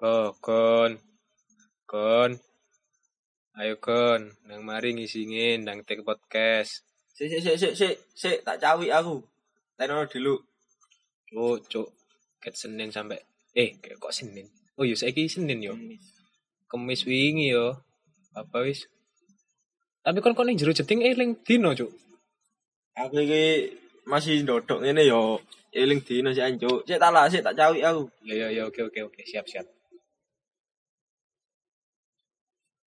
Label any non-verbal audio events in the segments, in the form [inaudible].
Ko, kon, kon, ayo kon, nang mari ngisingin, nang take podcast. Sik sik sik sik sik sik tak cawi aku. Tenono dulu. Cuk, cuk, ket Senin sampai, eh, ket kok Senin? Oh iya, saiki Senin yo. Kemis wingi yo. Apa wis? Tapi kon kon ning jero jeting eling dino, cuk. Aku iki masih ndodok ngene yo eling dino sik anjuk. Sik tak lah sik tak cawi aku. Ya ya ya, oke oke oke, siap siap.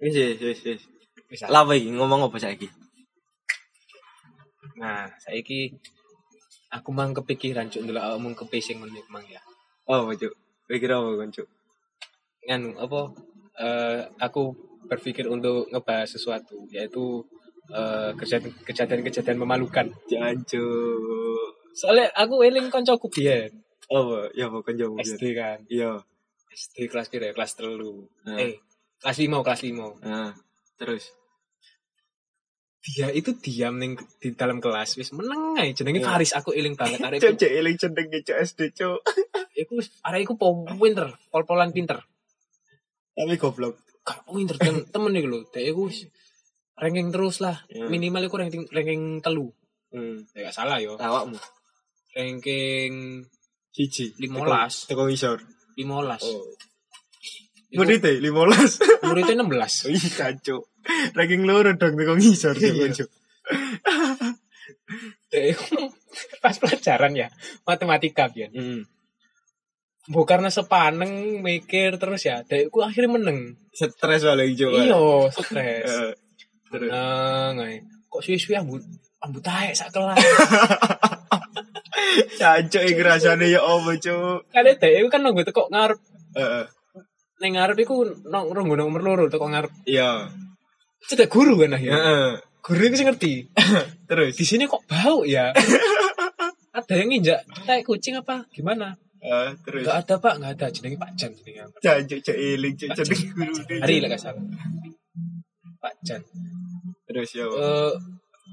Wis wis wis wis. Wis ah. Lah apa iki ngomong apa saiki? Nah, saiki aku mang kepikiran cuk ndelok awakmu kepesing ngono iku, mang ya. Oh, apa, Cuk? Pikir apa kon, Cuk? Nganu apa eh, aku berpikir untuk ngebahas sesuatu yaitu eh, kejadian- kejadian-kejadian memalukan. Jangan, Cuk. Soalnya aku eling kancaku biyen Apa? Ya apa kon jawab. Cuk? SD kan. Iya. SD kelas piro ya? Kelas 3. Hmm. Eh, kelas 5, kelas 5. Nah, terus. Dia itu diam ning di dalam kelas wis meneng ae jenenge Iya. Faris aku eling banget [laughs] arek iku- Cuk, cuk eling jenenge Cuk SD, Cuk. iku arek iku po- pinter, pol-polan pinter. Tapi goblok. gak pinter temen, temen iku lho dek iku wis ranking terus lah Ya. minimal iku ranking ranking telu Hmm. ya gak salah yo Awakmu ranking siji Limolas. Teko ngisor. limolas Oh. Iku- Muridnya 15. muridnya enam belas Wih kacau. Ranking loro dong teko ngisor Cuk, Iya. Cuk. dek iku iya, [laughs] pas pelajaran ya matematika bian Hmm. bu karena sepaneng mikir terus ya dek iku akhirnya meneng Stres paling Cuk. iyo stres Eh, Iya. [laughs] Terus. meneng ae. kok suwi-suwi ambut ambut taek sak [laughs] kelas Cacuk iki rasane ya apa Cuk? kali dek iku kan nunggu teko ngarep Heeh. neng ngarep iku nong nunggu nomor loro teko ngarep Iya. cedak guru kan akhirnya Heeh. guru itu sih ngerti Terus. di sini kok bau [laughs] ya ada yang nginjak tai kucing apa gimana Eh, terus. nggak ada pak nggak ada jenenge pak Jan jenenge apa? Cacuk Cuk eling Cuk Pak Jan, jeneng Pak guru. Jan. hari lah nggak salah pak Jan Terus ya. apa? Eh,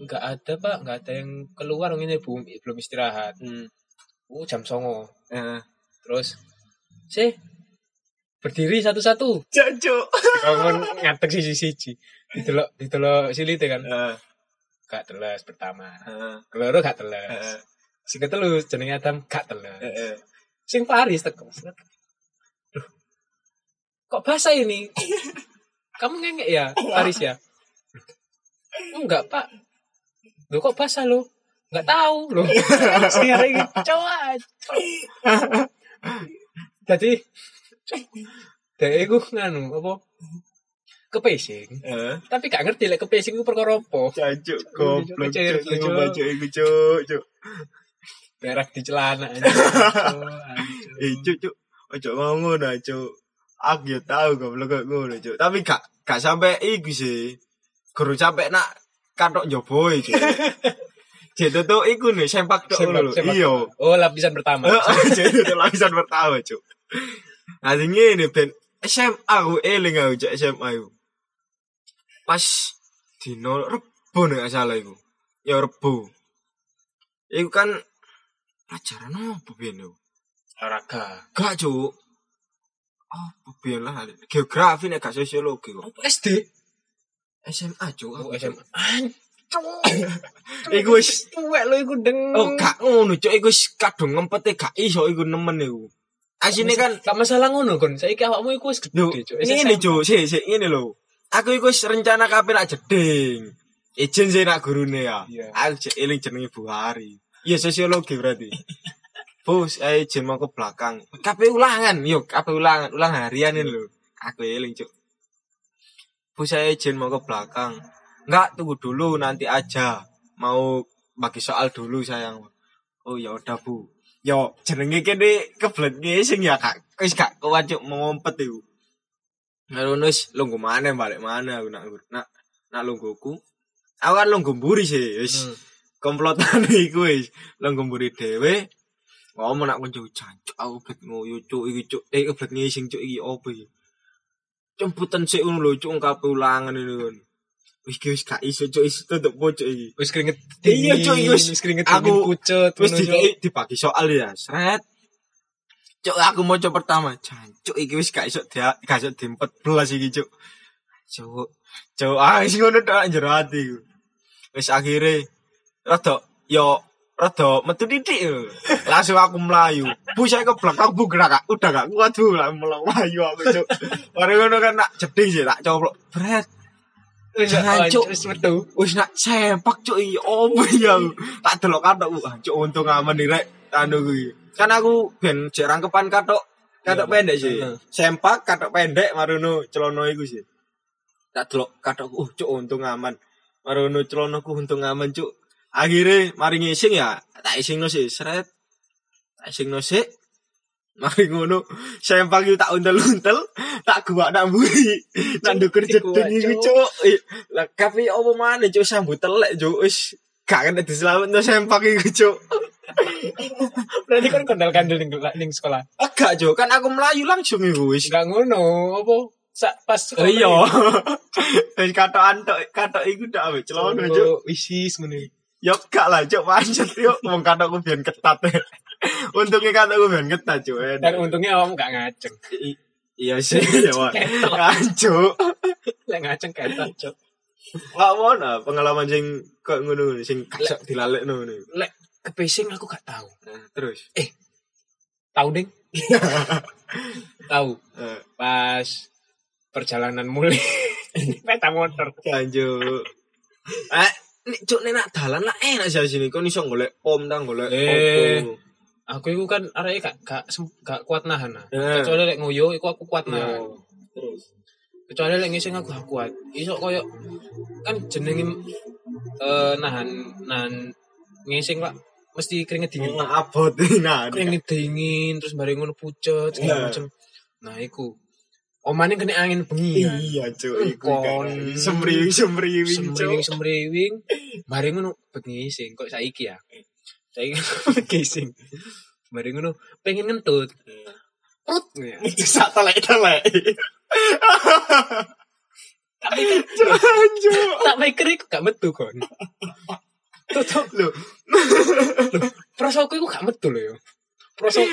nggak ada pak nggak ada yang keluar ini belum belum istirahat Hmm. Eh, uh jam songo Heeh. terus sih berdiri satu-satu Cacuk. bangun ngatek siji-siji didelok didelok silite kan Heeh. gak teles pertama Heeh. keloro gak Heeh. teles sing ketelu jenenge Adam gak teles Heeh. sing Paris teko. Duh. Kok basah ini? Kamu ngengek ya, Paris ya? Enggak, Pak. Loh kok basah lo? Enggak tahu loh. Sekarang ini coba. Jadi dek iku nganu apa? Kepesing. Heeh. Tapi gak ngerti lek kepesing iku perkara apa. Cacuk goblok Cuk, eh. Cuk. Cuk. Coba Cuk iku Cuk. Cuk. Berak di celana anjing. Ancur, Eh, ancur. cuk, cuk. Ojo ngomong ngono, cuk. Aku ya tau goblok kok ngono, cuk. Tapi gak gak sampe iku sih. Guru sampe nak katok njobo e, cuk. Cek tutuk iku nih sempak tok Sepak- ngono lho. sepak Iya. Eh. bola. Oh, lapisan pertama. [laughs] Heeh, Cuk tutuk lapisan pertama, cuk. Nah, sing ngene ben SMA aku eling aku cuk SMA aku. Pas dino Rebo nek gak salah iku. Ya Rebo. Iku kan pelajaran apa ben iku? Olahraga. Gak cuk. Apa biar lah geografi nek gak sosiologi kok. Apa SD? SMA cuk. Oh, SMA. [coughs] Anjing. Iku wis tuwek lo iku deng. oh gak ngono cuk iku wis kadung ngempete gak iso iku nemen iku. Asine kan gak masalah ngono kon. Saiki awakmu iku wis lho gede, Cuk. ngene cuk sik sik ngene lho. Aku iku wis rencana kapan nak jeding. Ijen sih nak gurune ya. Iya. Aku jek eling jenenge Bu Hari. Iya sosiologi [laughs] berarti. Bos, ayo jen mau ke belakang. Kape ulangan, yuk, kape ulangan, ulang harian ini lho. Aku eling cuk. Bos, ayo jen mau ke belakang. Enggak, tunggu dulu, nanti aja. Mau bagi soal dulu sayang. Oh ya udah bu. Yo, jenenge kene kebelet ngising ya kak. Wis gak e, kuat cuk mau ngompet iku. Lalu nulis lunggu mana balik mana aku nak nak nak lungguku. Aku kan lunggu mburi sih, wis Hmm. komplotan [laughs] iku wis lenggemburi dhewe ngomong nak kunci jancuk aku bet ngoyo cuk iki cuk eh bet ngising cuk iki opo iki jemputan sik ngono lho cuk kabeh ulangan ini kon. Wis iki wis gak iso cuk iso tetep pojok iki. Wis keringet. Iya, Cuk, dingin, wis- wis keringet aku- dingin, pucet. Terus ngono, Cuk. dikai dibagi soal ya, sret. Cuk aku mau coba pertama, jancuk iki wis gak iso dia gak iso di 14 iki cuk. Cuk, cuk ah wis ngono tok anjir ati ku. Wis akhire rada yo rada metu titik lho. Langsung aku melayu. Bu saya ke belakang bu gerak Kak. udah gak kuat bu lah melayu aku cuk. Baru ngono kan nak jeding sih tak coplok. Bret. Wis Jangan, anjir, Cuk. wis metu. wis nak sempak cuk iki opo ya aku? tak delok katok wah cuk untung aman nih rek anu kuwi kan aku ben jek rangkepan katok katok Iya, pendek sih heeh. sempak katok pendek marono celono iku sih tak delok katok uh cuk untung aman marono celonoku untung aman cuk akhirnya mari ngising ya tak isingno sih seret tak isingno sih mari ngono sempak itu tak untel-untel tak gua nak buri nak duker jeding dikuak, iki Cuk. cuk Eh, lah kafe opo mana cuk sambut telek cuk wis gak kena diselametno sempak iku cuk Berarti kan kondal kandel ning ning sekolah. agak cuk kan aku melayu langsung iku wis Enggak ngono, apa? Sa, pas sekolah. iya [laughs] wis katok antok katok iku dak wis celono cuk Cuk. Wisis ngono. Yo gak lah cuk pancet yo wong katokku biyen ketat. [laughs] Untungnya katokku biyen ketat cuk. Eh, Dan untungnya awakmu gak ngaceng. i- Iya sih [laughs] ya Wan. Anjuk. Lek ngaceng ketok, Cuk. Wak mon ah, pengalaman sing kok ngono ngono, sing kasak dilalekno ngono. Lek kepesing aku gak tahu. Nah, Terus. Tahu [laughs] ding. tahu Eh, pas perjalanan [laughs] mulai peta motor. Anjuk. Eh, nek cuk nek nak dalan lah enak sih sini kon iso golek pom tang golek Eh. opo. Aku itu kan arek gak gak, sem- gak kuat nahan. Nah. Eh. Kecuali lek ngoyo iku aku kuat Nah, nahan. kecuali lek ngising aku gak kuat iso koyo kan jenenge eh, nahan nahan ngising lah mesti keringet dingin Nah, abot [laughs] nah. ini. keringet dingin terus bareng ngono pucet Iya. segala macem nah iku omane kena angin bengi kan Iya cuk, iku Kon. kan. Semriwing-semriwing semriwing cuk. semriwing bareng ngono bengi ngising kok saiki ya saiki [laughs] ngising bareng ngono pengen ngentut perut ya. Sak telek-telek. tapi kan [laughs] Cuk, Anjuk. tak mikir iku gak metu kon tutup Lho, perasaanku itu gak metu loh yo Perasa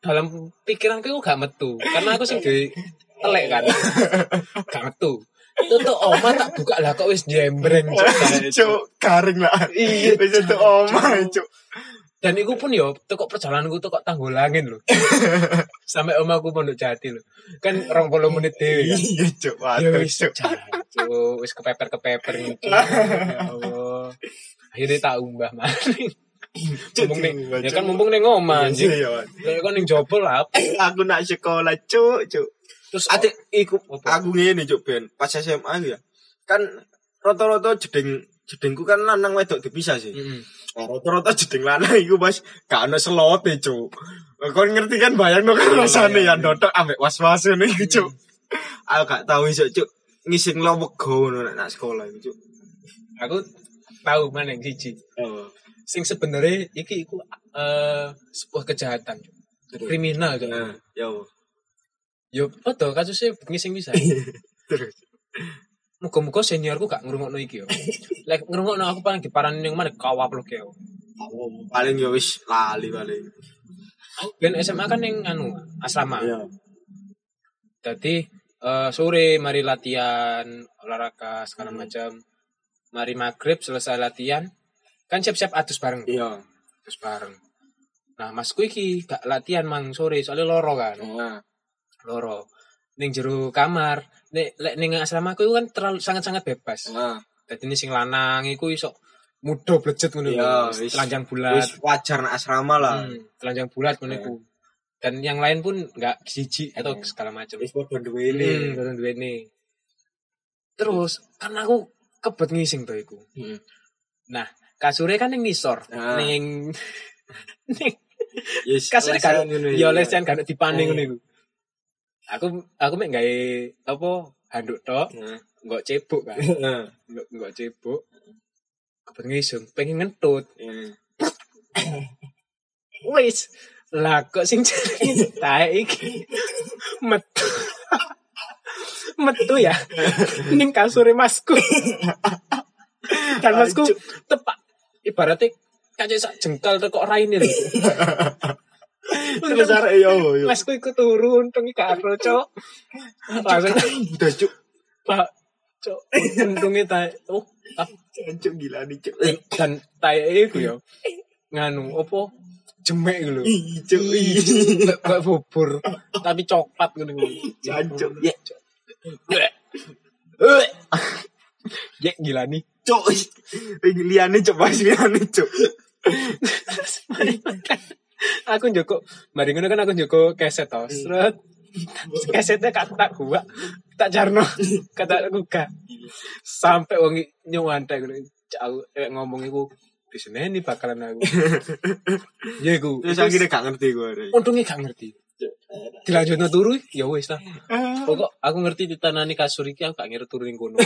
dalam pikiranku itu gak metu karena aku sing di telek kan gak metu tutup oma tak buka lah kok wis jembreng [laughs] cuk garing lah Iya, wis Cuk. itu omah cuk dan iku pun yo tekok perjalananku tekok tanggul angin [laughs] loh sampai omaku pondok jati loh kan rong puluh menit dewi iya cuk ya waduh wis cuk jancuk, wis kepeper [laughs] kepeper gitu ya Allah akhirnya tak umbah maning [laughs] Cuk, mumpung ning diubah, ya Cuk. kan mumpung ning omah Iya, Cuk, anjing ya, Wan. lek kon ning jopo lah aku nak sekolah cuk cuk terus ate iku Apa? aku ngene cuk ben pas SMA ya kan rata-rata jeding jedingku kan lanang wedok dipisah sih Mm-mm. Nah, rata-rata jeding lanang iku pas gak ana selote cuk kon ngerti kan bayang no kan rasane ya dodok ambek was-was ngene iku cuk aku gak tau iso cuk ngising lo wego ngono nek nak sekolah iku cuk aku tahu mana yang siji Oh. sing sebenarnya iki iku eh, sebuah kejahatan Cuk. Terus. Ah. kriminal Cuk. Nah, yo yo padha kasusnya bengi sing bisa Iya, terus muga-muga seniorku gak ngrungokno iki [laughs] yo lek ngrungokno aku paling diparani ning mana kawaplok yo paling yo wis lali paling aku ben SMA kan yang anu asrama iya Jadi eh, sore mari latihan olahraga segala Iya. macam. Mari maghrib selesai latihan kan siap-siap atus bareng, iya atus bareng. Nah masku iki gak latihan mang sore soalnya loro kan, nah loro. Ning jero kamar, nek lek ning asrama aku kan terlalu sangat-sangat bebas. nah Jadi ini sing lanang iku iso mudo blejet ngono Iya, lho, wis- telanjang bulat. wis wajar nak asrama lah Hmm, telanjang bulat ngono iku. Dan yang lain pun gak siji atau segala macam. wis padha duwe Hmm, turun duwene. Terus kan aku kebet ngising to iku. Hmm. Nah, kasure kan ning ngisor, Ah. ning ning yes kasure kan ya lesen kan Iya. Eh. dipanding ngono iku. Aku aku mek gawe apa handuk tok, nggak cebok [laughs] kan. Nggak nggak cebok. Kebet ngising, pengen ngentut. Wis. [laughs] Lah kok sing jenenge tae iki metu. [laughs] metu [laughs] ya ning kasure masku dan masku tepak ibaratnya kaca sak jengkal tekok raine lho [laughs] Terus arek yo yo. masku ikut turun tengi karo cok langsung Udah cuk, pak cok untungnya tay oh tak- cuk gila nih cuk. dan tay iku [laughs] yo nganu opo jemek gitu lho. Ih, cuk. ih. Kayak- kayak bubur tapi coklat gitu Iya. Jancuk, ya. Eh. ya gila [laughs] nih Cuk. Ih, Liane cuk, pas liane cuk. aku njoko mari ngono kan aku njoko keset to Iya. seret kesetnya kak tak gua tak jarno kata aku gak sampai wong nyuwan tak ngono aku eh, ngomong iku di sini nih bakalan [laughs] aku ya iku Terus Iku akhirnya gak ngerti gue. arek. untungnya gak ngerti dilanjutno turu ya wis lah pokok Oh, aku ngerti ditanani kasur iki aku gak ngira turu ning kono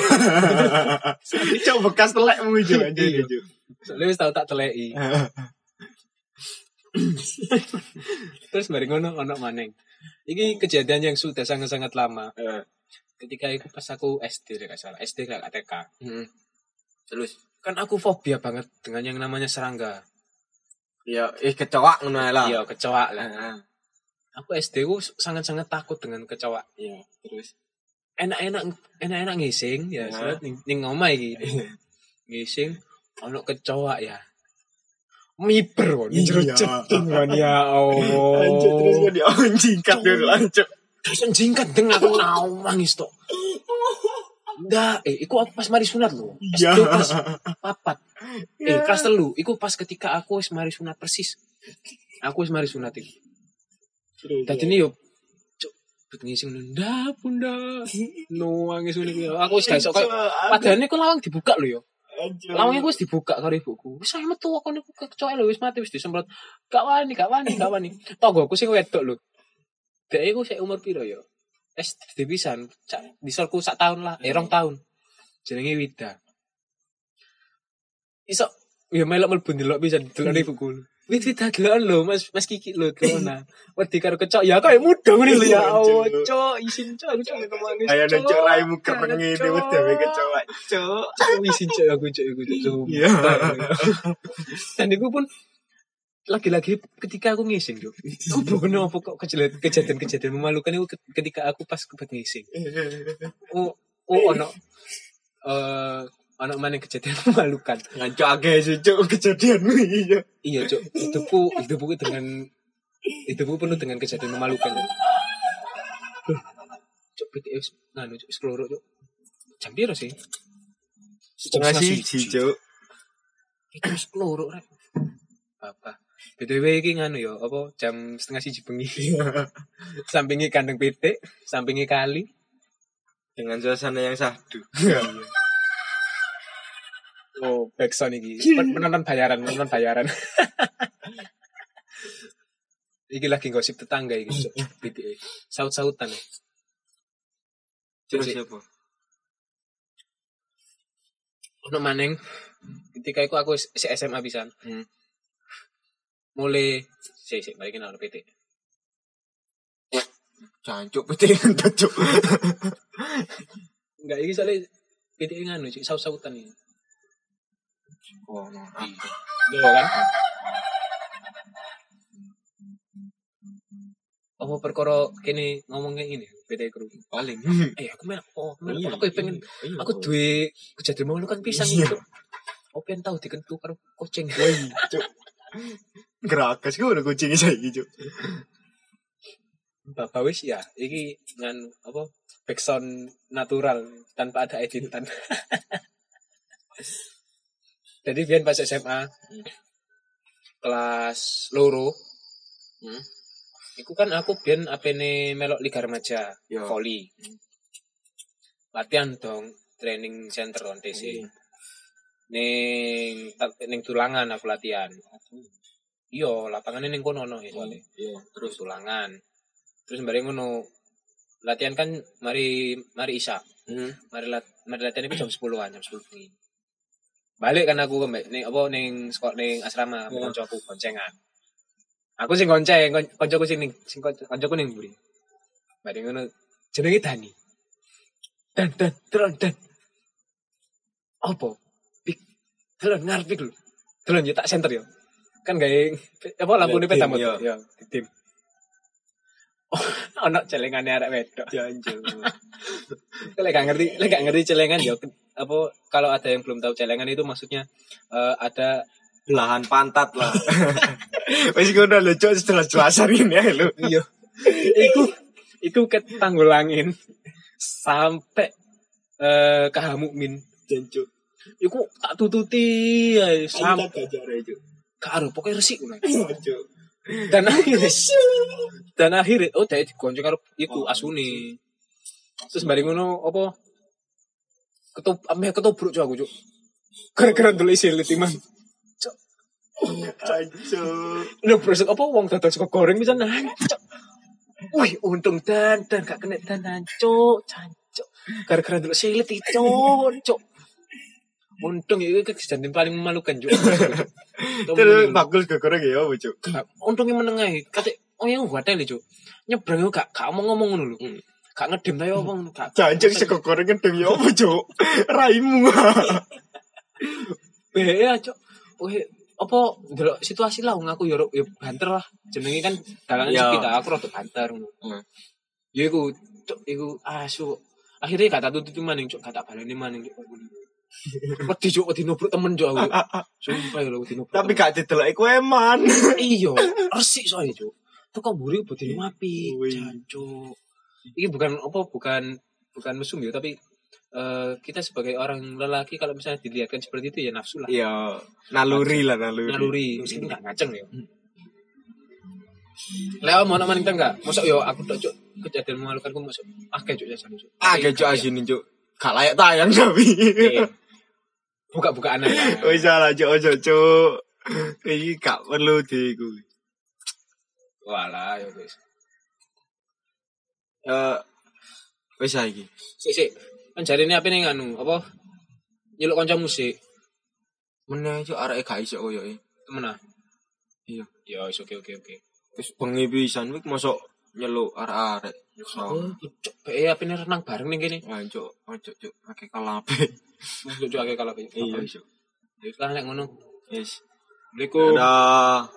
[laughs] Cuk bekas telek mu cuk aja Iya. cuk. soalnya wis tau tak teleki terus mari ngono ono maning iki kejadian yang sudah sangat-sangat lama Eh, ketika itu pas aku SD deh gak salah SD gak gak TK mm. Terus kan aku fobia banget dengan yang namanya serangga ya eh kecoa ngono ae lah. iya kecoa lah Heeh. aku SD ku sangat-sangat takut dengan kecoa Iya, terus. enak-enak enak-enak ngising ya Ya. surat ning, ning omah iki Iya. ngising ono kecoa ya miber kok ning jero Iya. jeding kan [laughs] ya Lanjut terus Allah gue dionjingkat dulu lanjut. terus jingkat dengan aku nangis tok Enggak, eh, iku aku pas mari sunat loh. Iya. SD kelas papat. Eh, Ya. kelas telu. Iku pas ketika aku wis mari sunat persis. Aku wis mari sunat iku. Dadi ini yo cuk bet ngising nunda bunda. No nangis ngene iki. Aku wis gak iso koyo padahal niku lawang dibuka lho yo. Iya. Lawang iku wis dibuka karo ibuku. Wis ae metu kok niku kecoe lho wis mati wis disemprot. Gak wani, gak wani, gak wani. Tonggoku sing wedok lho. Dek iku sik umur piro yo? SD pisan, cak disorku sak tahun lah, eh Iya. rong tahun. Jenenge Wida. Iso ya melok mlebu ndelok pisan Hmm. delokne ibuku. Wit wit delokan lho Mas Mas Kiki lho [laughs] delokna. Wedi karo kecok ya kok mudha ngene lho Iya, ya Allah, cok isin cok aku cok ketemu nangis. Ayo nek cuk raimu kereng Jangan, ini Cok. udah wae kecoa cuk. Aku isin cok aku cok aku cok. Iya. Ya. [laughs] Dan aku pun lagi-lagi ketika aku ngising [laughs] Cuk. Aku bukan apa kok kejadian- kejadian-kejadian memalukan itu ketika aku pas kebet ngising. Oh, oh ono eh ono maning kejadian [laughs] memalukan. Ngancok akeh sih cuk kejadianmu iya. Iya, Cuk. Hidupku hidupku dengan hidupku penuh dengan kejadian memalukan. Cuk. Loh, Cuk, BTS nganu Cuk, wis keloro Cuk. Jam piro sih? Setengah Setengah siji cuk. Iki wis keloro rek. Apa? BTW iki nganu ya, apa jam setengah siji [laughs] bengi. Sampingi kandang pitik, sampingi kali. Dengan suasana yang sahdu. Oh, backsound ini. Men- Menonton bayaran, menonton bayaran. [laughs] iki lagi gosip tetangga iki. Cuk. BTW. Saut-sautan. ya. Terus apa? ono maning ketika iku aku si SMA pisan Hmm. mulai sik sik balikin ono PT Jancuk putih [laughs] entah cuk. enggak iki soalnya PT nganu sik saut-sautan iki Oh, no. lho kan apa perkara kene ngomongnya ini PT kru Paling. eh aku men oh aku iya. men- aku pengen aku duwe kejadian mau kan pisang Iya. gitu aku pengen tahu dikentu karo kucing Woi, cuk. Gerakas gue udah kucing saya gitu. Bapak wis ya, iki ngan apa backsound natural tanpa ada editan. [laughs] Jadi biar pas SMA kelas loro, Hmm. iku kan aku biar apene melok liga remaja, Ya. volley. Latihan dong, training center on TC. Ning ning tulangan aku latihan. Iya, lapangannya ning kono no ya soalnya Iya, terus ulangan terus mari ngono latihan kan mari mari isa Hmm. mari, lat, mari latihan itu jam 10-an jam 10 bengi balik kan aku kembali ning apa ning sekolah ning asrama Iya. yeah. aku goncengan aku sing gonceng kon- koncoku sing ning sing kon- koncoku ning mburi mari ngono jenenge Dani dan dan telon dan opo pik telon ngarep lho telon ya tak senter ya kan gawe apa lampu ini Lihat peta tim, mot ya. ya di tim oh [laughs] ono celengane arek wedok Jangan lek gak ngerti lek gak ngerti celengan ya apa kalau ada yang belum tahu celengan itu maksudnya eh, ada belahan pantat lah. [laughs] Wis ngono lho, Cuk, setelah jelasan ini ya lho. iya [laughs] iku iku ketanggulangin sampai eh ke hamukmin Jancuk. iku tak tututi ya, ay, Kita sampai gak jare cuk. karo pokoknya resik ngono. Cuk. dan akhirnya dan akhirnya oh dia digonceng karo iku Oh, asune terus bari ngono apa ketup ame ketubruk cuk aku cuk gara-gara ndelok isi litiman Jancuk. lho brosok apa wong dodol sego goreng bisa nang cuk Wih, untung dan dan gak kena dan cuk, cancuk. Gara-gara dulu silit itu, cuk. Untung itu kejadian paling memalukan juga. Terus bakul gegoreng ya apa, Cuk? Gak, untungnya menengah ya. kate oh yang wadah lho cuk nyebrang itu gak gak ngomong ngomong dulu Hmm. gak ngedem tapi apa ngono gak Jancuk sego goreng gedeng ya apa, Cuk? Raimu. be ya cuk Weh, apa ndelok situasi lah ngaku yo yo banter lah jenenge kan dalangan Iya. sepi ta aku rada banter ngono Hmm. yo iku cuk iku asu akhirnya kata tuh tuh maning cuk kata baleni maning cuk Wedi cuk wedi nubruk temen cuk aku. Sumpah yo wedi nubruk. [laughs] Tapi gak didelok iku [laughs] eman. iya resik soalnya cuk teko mburi bodine api Wih. jancuk ini bukan apa bukan bukan mesum ya tapi eh, kita sebagai orang lelaki kalau misalnya dilihatkan seperti itu ya nafsu lah Iya, naluri lah naluri. Hmm. naluri meskipun nggak ngaceng ya Leo mau nama nintang nggak? Masuk yo aku tak cuk kejadian memalukan aku masuk. Ah kayak cuk jasan cuk. Ah, Cuk asine, Cuk. Gak layak tayang [laughs] tapi. Iya. Buka bukaan Iya. aja. [laughs] Wis salah, Cuk, ojo, Cuk. Iki gak perlu diku. Walah yo guys. Eh wis ah, iki. Sik sik. Kan jari ini apa nih anu apa? Nyeluk kanca musik. Meneh Cuk areke gak iso koyoke. Temen ah. Iya. Yo is oke oke oke. Wis bengi pisan wik mosok nyeluk arek-arek. So, Oh, cuk, eh apa ini renang bareng nih gini? anjuk, anjuk, cuk, akeh kalape. Lucu aja kalau gitu. Iya, cuk. Terus Ya, lah nek ngono. Wis. Assalamualaikum. Dadah.